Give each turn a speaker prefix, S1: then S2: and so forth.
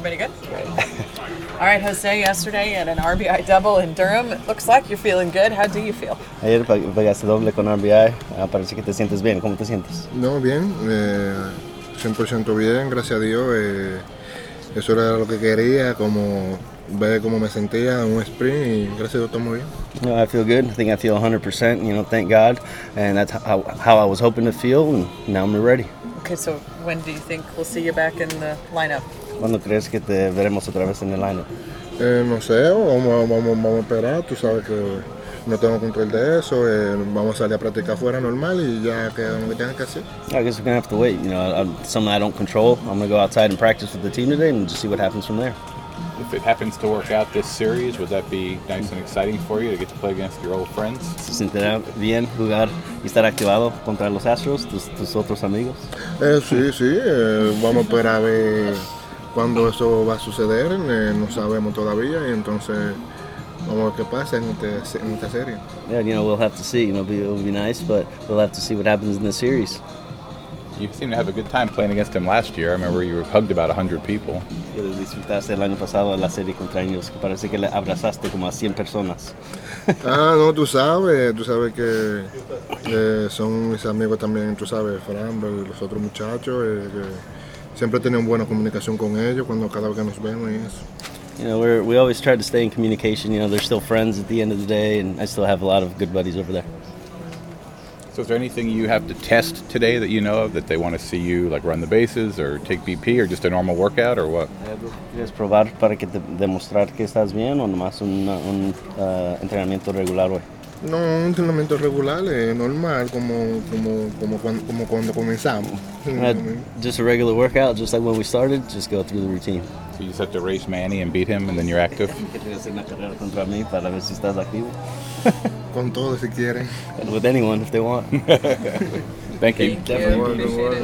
S1: Pretty good. All right, Jose, yesterday and an RBI double in Durham. It looks like you're feeling good. How do you feel?
S2: Ayer pe- pegaste doble con RBI, ah, parece que te sientes bien, ¿cómo te sientes?
S3: No, bien, eh, 100% bien, gracias a Dios. eh, eso era lo que quería, como ver cómo me sentía en un sprint y gracias a Dios todo muy bien.
S2: No, I feel good, I think I feel 100%, you know, thank God, and that's how, how I was hoping to feel, and now I'm ready.
S1: Okay, so when do you think we'll see you back in the lineup?
S2: ¿Cuándo crees que te veremos otra vez en el lineup?
S3: Eh, no sé, vamos, vamos, vamos a esperar, tú sabes que no tengo control de eso, eh, vamos a salir a practicar fuera normal y ya que hagan lo que tengan que hacer.
S2: I guess we're gonna have to wait, you know, I- I'm, something I don't control. I'm gonna go outside and practice with the team today and just see what happens from there.
S4: If it happens to work out this series, would that be nice and exciting for you to get to play against your old friends?
S2: ¿Se sentirá bien jugar y estar activado contra los Astros, tus, tus otros amigos?
S3: Eh, sí, sí, eh, vamos a esperar a ver cuándo eso va a suceder, eh, no sabemos todavía y entonces vamos a ver qué pasa en, este- en esta serie.
S2: Yeah, you know, we'll have to see, you know, it'll be, it'll be nice, but we'll have to see what happens in the series.
S4: You seemed to have a good time playing against him last year. I remember you hugged about 100 people.
S2: que disfrutaste el año pasado la serie contra ellos, que parece que le abrazaste como a 100 personas.
S3: Ah, no, tú sabes, tú sabes que eh, son mis amigos también, tú sabes, Fran, eh, los otros muchachos, eh, que siempre tenemos buena comunicación con ellos cuando cada vez que nos vemos y eso.
S2: You know, we're, we always try to stay in communication. You know, they're still friends at the end of the day, and I still have a lot of good buddies over there.
S4: So, is there anything you have to test today that you know of that they want to see you like run the bases or take BP or just a normal workout or what?
S2: ¿Quieres probar para que te- demostrar que estás bien o nomás una- un ah, entrenamiento regular hoy?
S3: No, un entrenamiento regular, eh, normal, como, como, como, cuando, como cuando comenzamos.
S2: Uh, just a regular workout, just like when we started, just go through the routine.
S4: So you just have to race Manny and beat him, and then you're active.
S3: Con todo si quieren.
S2: With anyone, if they want.
S4: Thank you.
S1: Thank you.
S3: Definitely.
S1: Appreciate it.